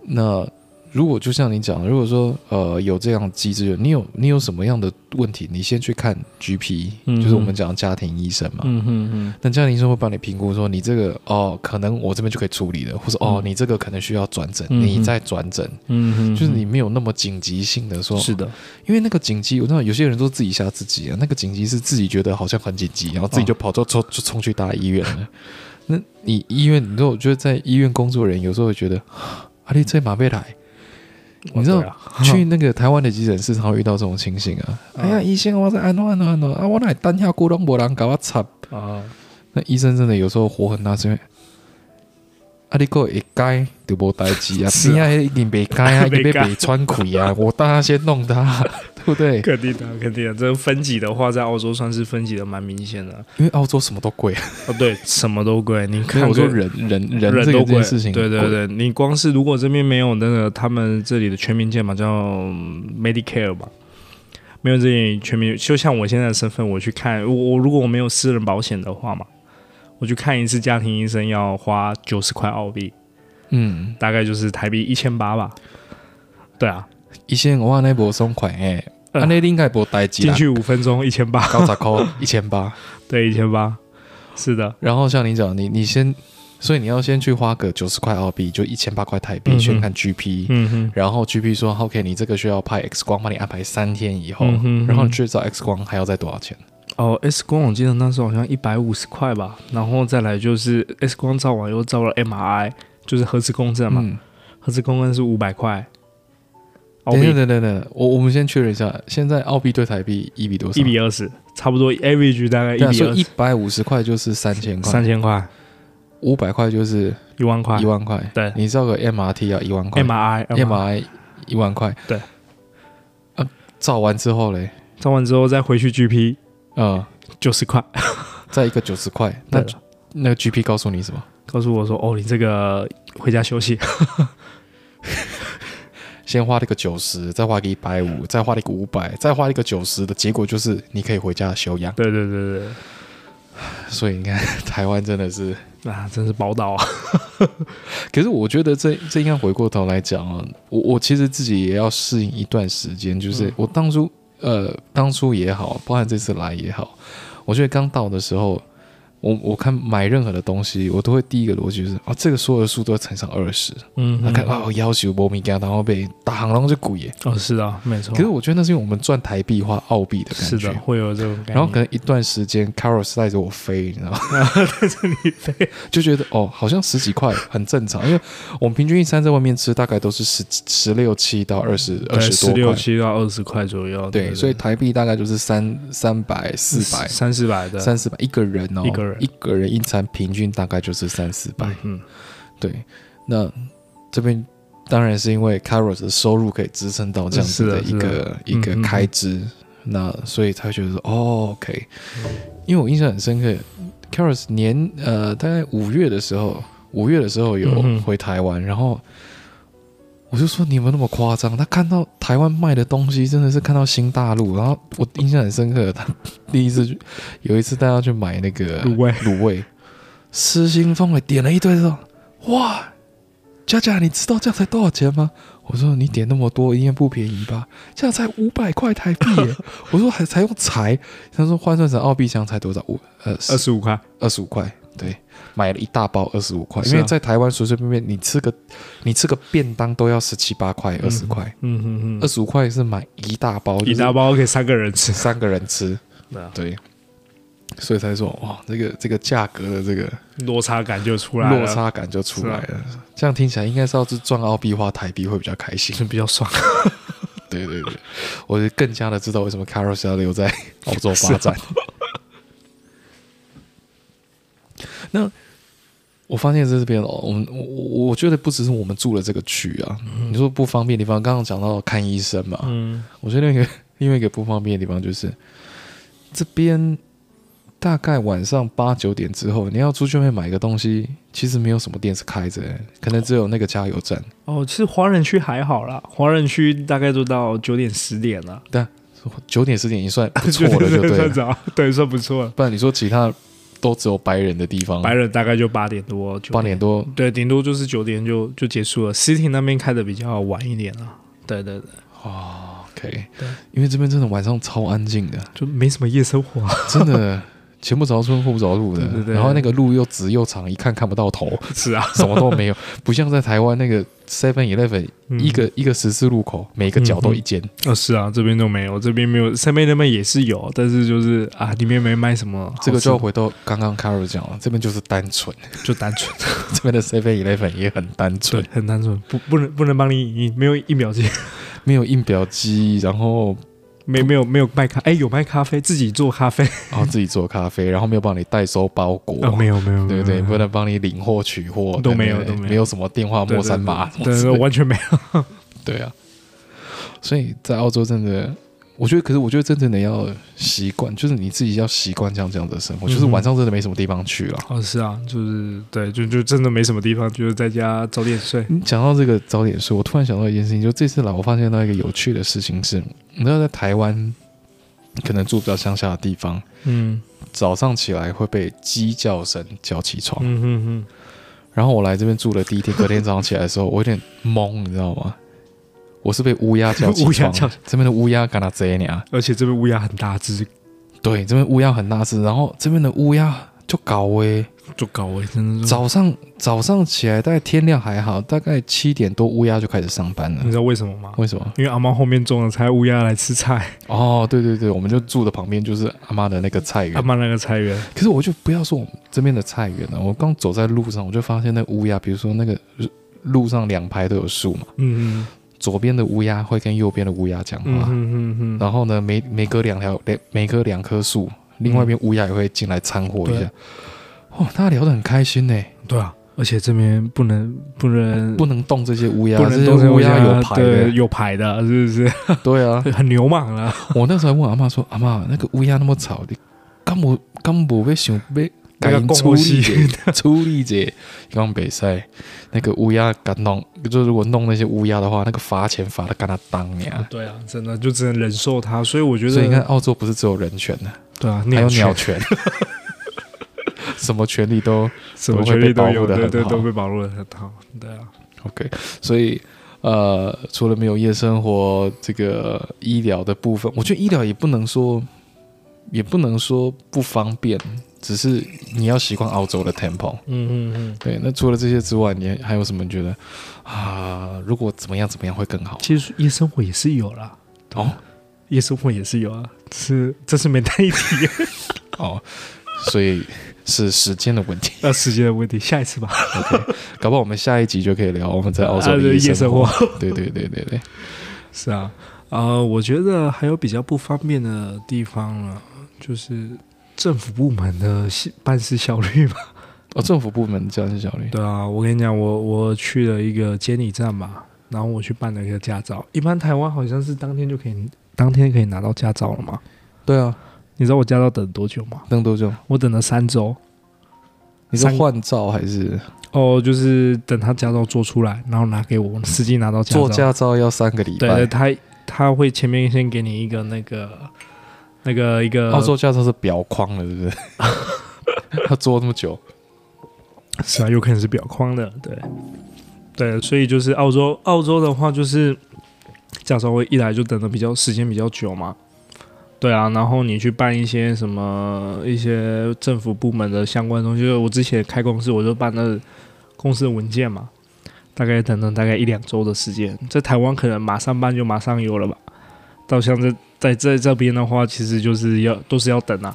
那如果就像你讲的，如果说呃有这样机制，你有你有什么样的问题，你先去看 GP，、嗯就是我们讲的家庭医生嘛。嗯哼哼，那家庭医生会帮你评估说，你这个哦，可能我这边就可以处理了，或者哦，嗯你这个可能需要转诊，嗯你再转诊，嗯哼，就是你没有那么紧急性的说，是的，因为那个紧急，我知道有些人都自己吓自己啊，那个紧急是自己觉得好像很紧急，然后自哦己就跑就冲就冲去大医院了。 那你医院，你说我觉得在医院工作的人有时候会觉得，阿力这马贝来，你知道对啊 去那个台湾的急诊室，常会遇到这种情形啊。嗯哎呀，医生，我在安诺安诺安诺啊，我来单下咕咚波浪搞我惨。啊，那医生真的有时候火很大，是因为啊，你个一改就无代志 啊，是啊边啊一定被改 啊，一定被不改被穿溃 啊，我当然先弄他， 对不对？肯定的，肯定的。这个分级的话，在澳洲算是分级的蛮明显的。因为澳洲什么都贵 啊，哦，对，什么都贵，你没看有我过说人人人人这个都这件贵，事情，对对，对，你光是如果这边没有那个他们这里的全民健保叫嗯 Medicare 吧，没有这里全民，就像我现在的身份，我去看我我如果我没有私人保险的话嘛，我去看一次家庭医生要花九十块澳币，嗯，大概就是台币一千八吧。对啊，一千我那波松款哎，嗯安内应该不代金进去五分钟一千八，高砸扣一千八，对，一千八，是的，然后像你讲，你你先，所以你要先去花个九十块澳币，就一千八块台币嗯哼去看 GP，嗯哼，然后 GP 说 OK，你这个需要拍 X 光，帮你安排三天以后嗯哼，然后你去找 X 光还要再多少钱？哦，X 光我记得那时候好像一百五十块吧，然后再来就是 X 光照完又照了 MRI，就是核磁共振嘛，嗯，核磁共振是五百块，哦澳等一下币等等等，我我们先确认一下，现在澳币对台币一比多少？一比二十，差不多 average 大概一对啊，比所二以一十，百五十块就是三千块，三千块，五百块就是一万块一万块，对你知道个 MRT 要一万块，MRI ，MRI 一万块，对，啊，照完之后嘞，照完之后再回去 GP 呃， 九十块，再一个九十块，那对了，那个 GP 告诉你什么？告诉我说哦，你这个回家休息， 先花了个九十，再花个一百五，再花了一个五百，再花了一个九十的结果就是你可以回家休养。对对对对所以你看， 台湾真的是，对，啊，真是宝岛啊，可是我觉得这这应该回过头来讲啊，我我其实自己也要适应一段时间，就是嗯我当初呃当初也好，包含这次来也好，我觉得刚到的时候，我我看买任何的东西，我都会第一个逻辑就是啊，这个所有的数都要乘上二十、嗯那哼，看啊，我要求波米干，然后被打行，然后就鼓耶。哦，是啊，没错可，是我觉得那是因为我们赚台币花澳币的感是觉。的，会有这种感觉。然后可能一段时间，Carol 是带着我飞，你知道吗？ 带着 你飞，就觉得哦，好像十几块很正常，因为我们平均一餐在外面吃大概都是十十六七到二十二十十多六块，七到二十块左右，对，所以台币大概就是三三百四百三四百的，三四百一个人哦，一个人一个人一餐平均大概就是三四百，嗯对，那这边。当然是因为 Carol 的收入可以支撑到这样子是的啊的一是个一个嗯嗯嗯开支，那所以才觉得说哦，OK，因为我印象很深刻，Caros 年呃大概五月的时候，五月的时候有嗯哼回台湾，然后我就说你有没有那么夸张？他看到台湾卖的东西真的是看到新大陆，然后我印象很深刻，他第一次去有一次带他去买那个嗯，味卤味，失心疯了，点了一堆之后，哇，佳佳，你知道这样才多少钱吗？我说你点那么多，应该不便宜吧？这样才五百块台币 耶！我说还才用才，他说换算成澳币这样才多少？五呃二十五块，二十五块，对，买了一大包二十五块，是啊因为在台湾随随便便你吃个你吃个便当都要十七八块二十块，嗯哼二哼，十五块是买一大包，一大包啊给三个人吃就是，三个人吃，那对，所以才说哇，这个这个价格的这个落差感就出来了，落差感就出来了。这样听起来应该是要是赚澳币花台币会比较开心。比较爽。 对对对，我就更加的知道为什么 Carol 是要留在澳洲发展。 那我发现在这边哦，我们我我觉得不只是我们住的这个区啊，你说不方便的地方，刚刚讲到看医生嘛，嗯，我觉得另一个 另外一个不方便的地方就是，这边大概晚上八九点之后，你要出去外面买个东西，其实没有什么店是开着的、可能只有那个加油站。哦，其实华人区还好啦，华人区大概就到九点十点了，九点十点已经 算不错了，就对算了。早，对，算不错了。不然你说其他都只有白人的地方，白人大概就八点多，九嗯八点多，对，顶多就是九点就就结束了。City 那边开的比较晚一点啊，对对对，哦，OK，对因为这边真的晚上超安静的，就没什么夜生 活、啊。真 的前不着村后不着路的对对，对然后那个路又直又长，一看看不到头，是啊，什么都没有， 不像在台湾那个 Seven Eleven 嗯一个、一个十字路口，每个角都一间，哦是啊，这边都没有，这边没有，三边那边也是有，但是就是啊，里面没卖什么好吃这的，个就要回到刚刚 Carol 讲了，这边就是单 纯，就单纯，这边的 Seven Eleven 也很单对纯，，很单纯，不不能不能帮你，你没有印表机，没有印表机，然后没没有没有卖咖，哎、有卖咖啡，自己做咖啡，然哦后自己做咖啡，然后没有帮你代收包裹，啊、没有没有，对对，没有不能帮你领货取货，都没有对对都没有没有什么电话对陌三码，对对， 对完全没有，对啊，所以在澳洲真的，我觉得，可是我觉得真正的要习惯，就是你自己要习惯这样这样的生活，就是嗯哼晚上真的没什么地方去了。哦是啊，就是对，就就真的没什么地方，就是在家早点睡，你嗯讲到这个早点睡，我突然想到一件事情，就这次来我发现到一个有趣的事情是，你知道在台湾，可能住比较乡下的地方，嗯早上起来会被鸡叫声叫起床。嗯嗯然后我来这边住的第一天，隔天早上起来的时候，我有点懵，你知道吗？我是被乌鸦叫起乌鸦床叫的，这边的乌鸦跟他贼你啊！而且这边乌鸦很大只，对，这边乌鸦很大只，然后这边的乌鸦就搞诶、就搞卫真的是，早上早上起来，大概天亮还好，大概七点多乌鸦就开始上班了你。知道为什么吗？为什么？因为阿猫后面种了菜，乌鸦来吃菜，哦，对对对，我们就住的旁边就是阿妈的那个菜园阿。妈那个菜园，可是我就不要说我们这边的菜园啊了，我刚走在路上，我就发现那乌鸦，比如说那个路上两排都有树嘛，嗯左边的乌鸦会跟右边的乌鸦讲嗯嗯话，嗯嗯嗯，然后呢，每每隔两条两每隔两棵树，另外一边乌鸦也会进来掺和一下对。哦，大家聊得很开心呢，对啊，而且这边不能不能不能动这些乌鸦，不能这动些这乌乌鸦有牌对的。有牌的，是不 是对啊，很流氓了？ 我那时候还问阿妈说：“阿妈，那个乌鸦那么吵，你 干不干不被想被那个赶共处理识解 处理解？刚北赛那个乌鸦敢弄， 就如果弄那些乌鸦的话，那个罚钱罚的跟他当呀。对啊，真的就只能忍受它，所以我觉得，所以你看，澳洲不是只有人权的，对啊，还有犬鸟权， 什么权利都什么权利都有，都会被保护得很对对，好都被保护的很好，对啊， OK，所以呃，除了没有夜生活，这个医疗的部分，我觉得医疗也不能说，也不能说不方便，只是你要习惯澳洲的 tempo。嗯嗯嗯。对，那除了这些之外，你还有什么觉得啊？如果怎么样怎么样会更好？其实夜生活也是有啦，哦夜生活也是有啊，是这是没带一提，哦，所以是时间的问题。 那时间的问题，下一次吧。搞不好我们下一集就可以聊我们在澳洲啊的对夜夜生生活活。 对对对对对，是啊，呃，我觉得还有比较不方便的地方呢，就是政府部门的系办事效率吧。哦，政府部门这样是效率。对啊，我跟你讲，我我去了一个监理站嘛，然后我去办了一个驾照。一般台湾好像是当天就可以，当天可以拿到驾照了嘛。对啊，你知道我驾照等多久吗？邓多久？我等了三周。你是三换照还是哦，就是等他驾照做出来，然后拿给我，司机拿到驾照。做驾照要三个礼对拜？对，他他会前面先给你一个那个那个一个澳洲驾照是裱框的，对不对？ 要做那么久？是啊，有可能是表框的，对，对，所以就是澳洲，澳洲的话就是驾照会一来就等的比较时间比较久嘛，对啊，然后你去办一些什么一些政府部门的相关东西，就是我之前开公司我就办了公司的文件嘛，大概等等大概一两周的时间，在台湾可能马上办就马上有了吧，到像这在在这边的话，其实就是要都是要等啊，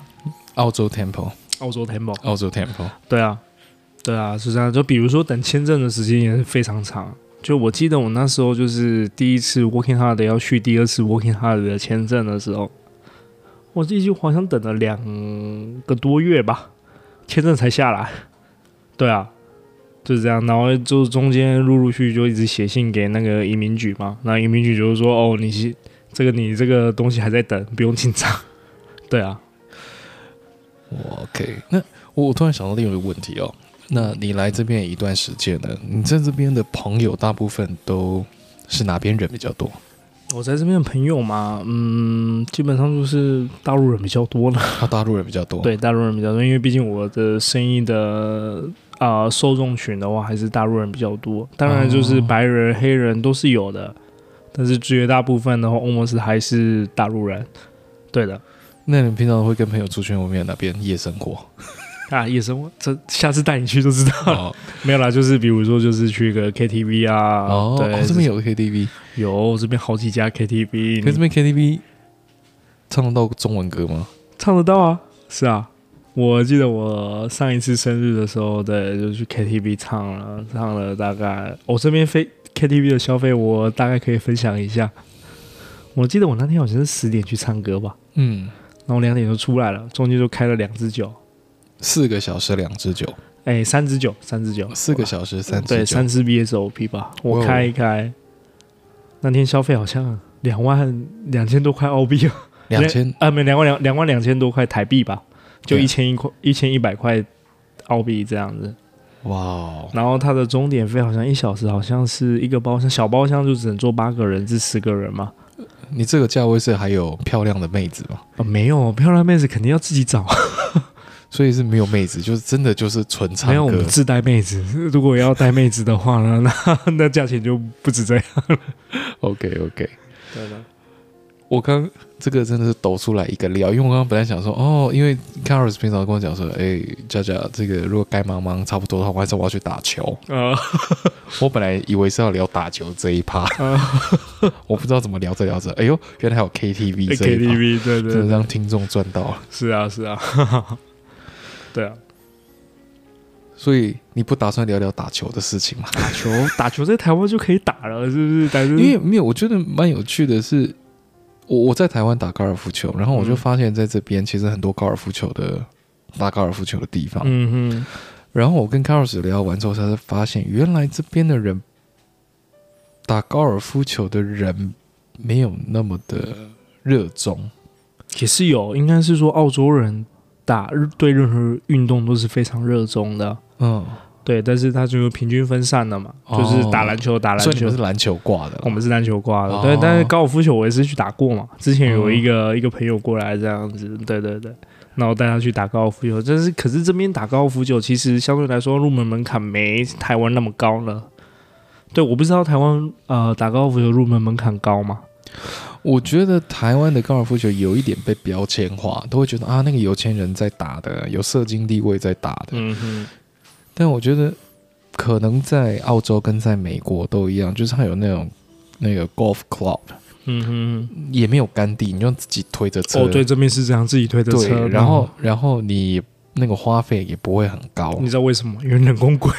澳洲 tempo，澳洲 temple。澳洲 tempo。对啊，对啊，是这样。就比如说等签证的时间也是非常长。就我记得我那时候就是第一次 Working Hard 要续第二次 Working Hard 的签证的时候，我这就好像等了两个多月吧，签证才下来。对啊，就是这样。然后就中间陆陆续续就一直写信给那个移民局嘛，那移民局就是说，哦，你是这个你这个东西还在等，不用紧张。 对啊，我 OK，那我我突然想到另外一个问题哦。那你来这边也一段时间了，你在这边的朋友大部分都是哪边人比较多？我在这边的朋友嘛，嗯，基本上就是大陆人比较多了。啊，大陆人比较多。，对，大陆人比较多，因为毕竟我的生意的啊、呃受众群的话，还是大陆人比较多。当然，就是哦白人、黑人都是有的，但是绝大部分的话，almost 还是大陆人。对的，那你平常会跟朋友出去外面哪边夜生活？啊，夜生活，这下次带你去就知道了。哦， 没有啦，就是比如说，就是去个 KTV 啊，哦，对，哦这边有 KTV，有这边好几家 KTV，可是这边 KTV 唱得到中文歌吗？唱得到啊，是啊。我记得我上一次生日的时候，对，就去 KTV 唱了，唱了大概我、这边飞 KTV 的消费，我大概可以分享一下。我记得我那天好像是十点去唱歌吧，嗯，然后两点就出来了，中间就开了两支酒，四个小时两支酒，哎，三支酒，三支酒，四个小时三对，支酒三，支 BSOP 吧，我哇哦开一开，那天消费好像两万两千多块澳币啊，两千啊，没两万两两万两千多块台币吧，就对啊一千一块一千一百块澳币这样子。哇哦，然后它的终点费好像一小时好像是一个包厢，小包厢就只能坐八个人至十个人嘛。你这个价位是还有漂亮的妹子吗？啊、没有漂亮妹子肯定要自己 找，所以是没有妹子，就是真的就是纯唱没有我歌们。自带妹子。如果要带妹子的话呢，那 那价钱就不止这样。 OK OK，对的，我刚这个真的是抖出来一个料，因为我刚刚本来想说，哦，因为 Caris 平常跟我讲说，哎，佳佳，这个如果该忙忙差不多的话，晚上我要去打球。呃，我本来以为是要聊打球这一趴，啊 我不知道怎么聊着聊着，哎呦，原来还有 KTV 这一趴， KTV 对对真的对，让听众赚到了。是啊是啊， 对啊，所以你不打算聊聊打球的事情吗？打球打球在台湾就可以打了，是不是？但是因为没有，我觉得蛮有趣的是，我我在台湾打高尔夫球，然后我就嗯发现在这边其实很多高尔夫球的打高尔夫球的地方，嗯哼。然后我跟 Carlos 聊完之后，才是发现原来这边的人打高尔夫球的人没有那么的热衷。也是有，应该是说澳洲人打对任何运动都是非常热衷的，嗯，对，但是他就是平均分散了嘛，哦就是打篮球打篮所以你球们，是篮球挂的啦，我们是篮球挂的，哦嗯对，但是高尔夫球我也是去打过嘛，之前有一个、一个朋友过来这样子，对对对，然后带他去打高尔夫球，但是可是这边打高尔夫球其实相对来说入门门槛没台湾那么高了，对，我不知道台湾呃打高尔夫球入门门槛高吗？我觉得台湾的高尔夫球有一点被标签化，都会觉得啊，那个有钱人在打的，有社经地位在打的。嗯哼，但我觉得可能在澳洲跟在美国都一样，就是它有那种那个 golf club，嗯哼，也没有干地，你就自己推着车。哦，对，这边是这样，自己推的对车，嗯然后然后你那个花费也不会很高，你知道为什么？因为人工贵，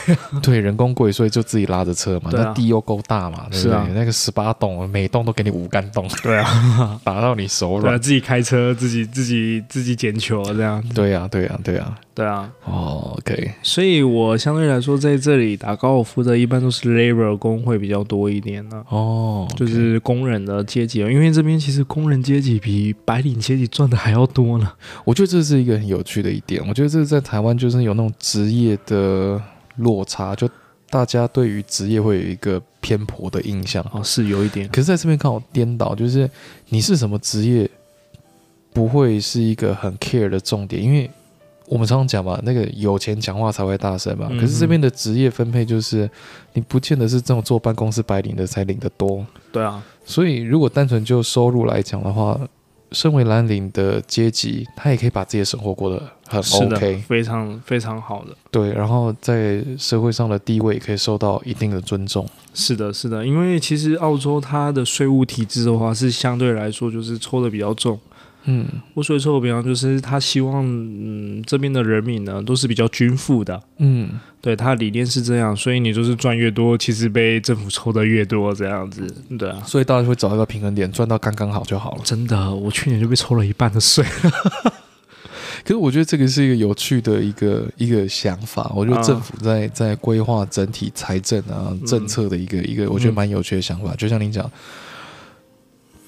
对，人工贵，所以就自己拉着车嘛。嗯对啊那地又够大嘛，对不是对？啊那个十八洞，每洞都给你五杆洞，对啊， 打到你手对啊，软。自己开车，自己自己自己捡球这样，对呀、对呀、啊对呀、对啊，哦，OK，所以我相对来说在这里打高尔夫的，一般都是 labor 工会比较多一点呢、啊哦，就是工人的阶级，因为这边其实工人阶级比白领阶级赚的还要多呢。我觉得这是一个很有趣的一点。我觉得这在台湾就是有那种职业的落差，就大家对于职业会有一个偏颇的印象。哦，是有一点，可是在这边刚好颠倒，就是你是什么职业，不会是一个很 care 的重点，因为我们常常讲嘛，那个有钱讲话才会大声嘛。嗯哼可是这边的职业分配就是，你不见得是这种坐办公室白领的才领得多。对啊，所以如果单纯就收入来讲的话，身为蓝领的阶级，他也可以把自己的生活过得很是的 OK，非常非常好的，对，然后在社会上的地位也可以受到一定的尊重。是的，是的，因为其实澳洲它的税务体制的话是相对来说就是抽的比较重。嗯，我所以说的比方就是他希望嗯这边的人民呢都是比较均富的，嗯，对他的理念是这样，所以你就是赚越多，其实被政府抽的越多这样子，对啊。所以大家会找一个平衡点，赚到刚刚好就好了。真的，我去年就被抽了一半的税。 可是我觉得这个是一个有趣的一个一个想法，我觉得啊政府在、在规划整体财政啊政策的一个、一个，我觉得蛮有趣的想法。就像您讲，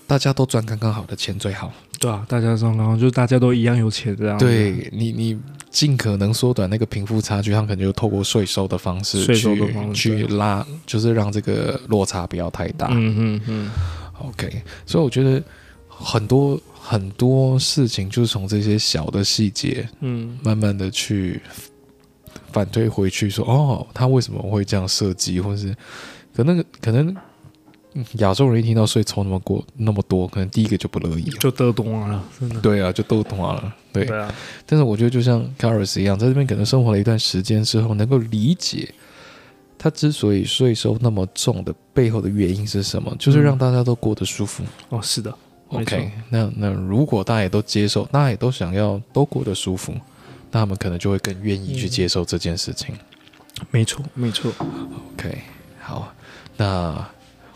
大家都赚刚刚好的钱最好，对啊，大家刚刚就是大家都一样有钱这样子。对你你尽可能缩短那个贫富差距，他们可能就透过税收的方式税去收的方式去拉，就是让这个落差不要太大。嗯嗯嗯， OK，所以我觉得很多很多事情就是从这些小的细节嗯，慢慢的去反推回去说，哦，他为什么会这样设计，或是可能可能嗯亚洲人一听到税抽那么过那么多，可能第一个就不乐意了。就得懂了，真的。对啊，就都懂了。对，哎对啊，但是我觉得就像 Caris 一样，在这边可能生活了一段时间之后，能够理解他之所以税收那么重的背后的原因是什么，就是让大家都过得舒服。哦，是的，没错 OK，那那如果大家也都接受，大家也都想要都过得舒服，那他们可能就会更愿意去接受这件事情。没错，没错。 OK，好，那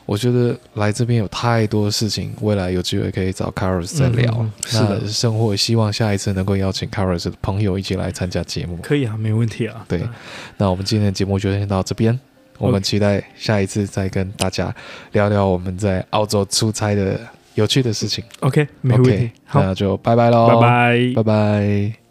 我觉得来这边有太多事情，未来有机会可以找 Caros 再聊。嗯嗯是的那生活希望下一次能够邀请 Caros 的朋友一起来参加节目。可以啊，没问题啊。对那我们今天的节目就先到这边。我们 OK 期待下一次再跟大家聊聊我们在澳洲出差的有趣的事情。 ，OK，没问 OK，题。好，那就拜拜喽，拜拜拜。拜。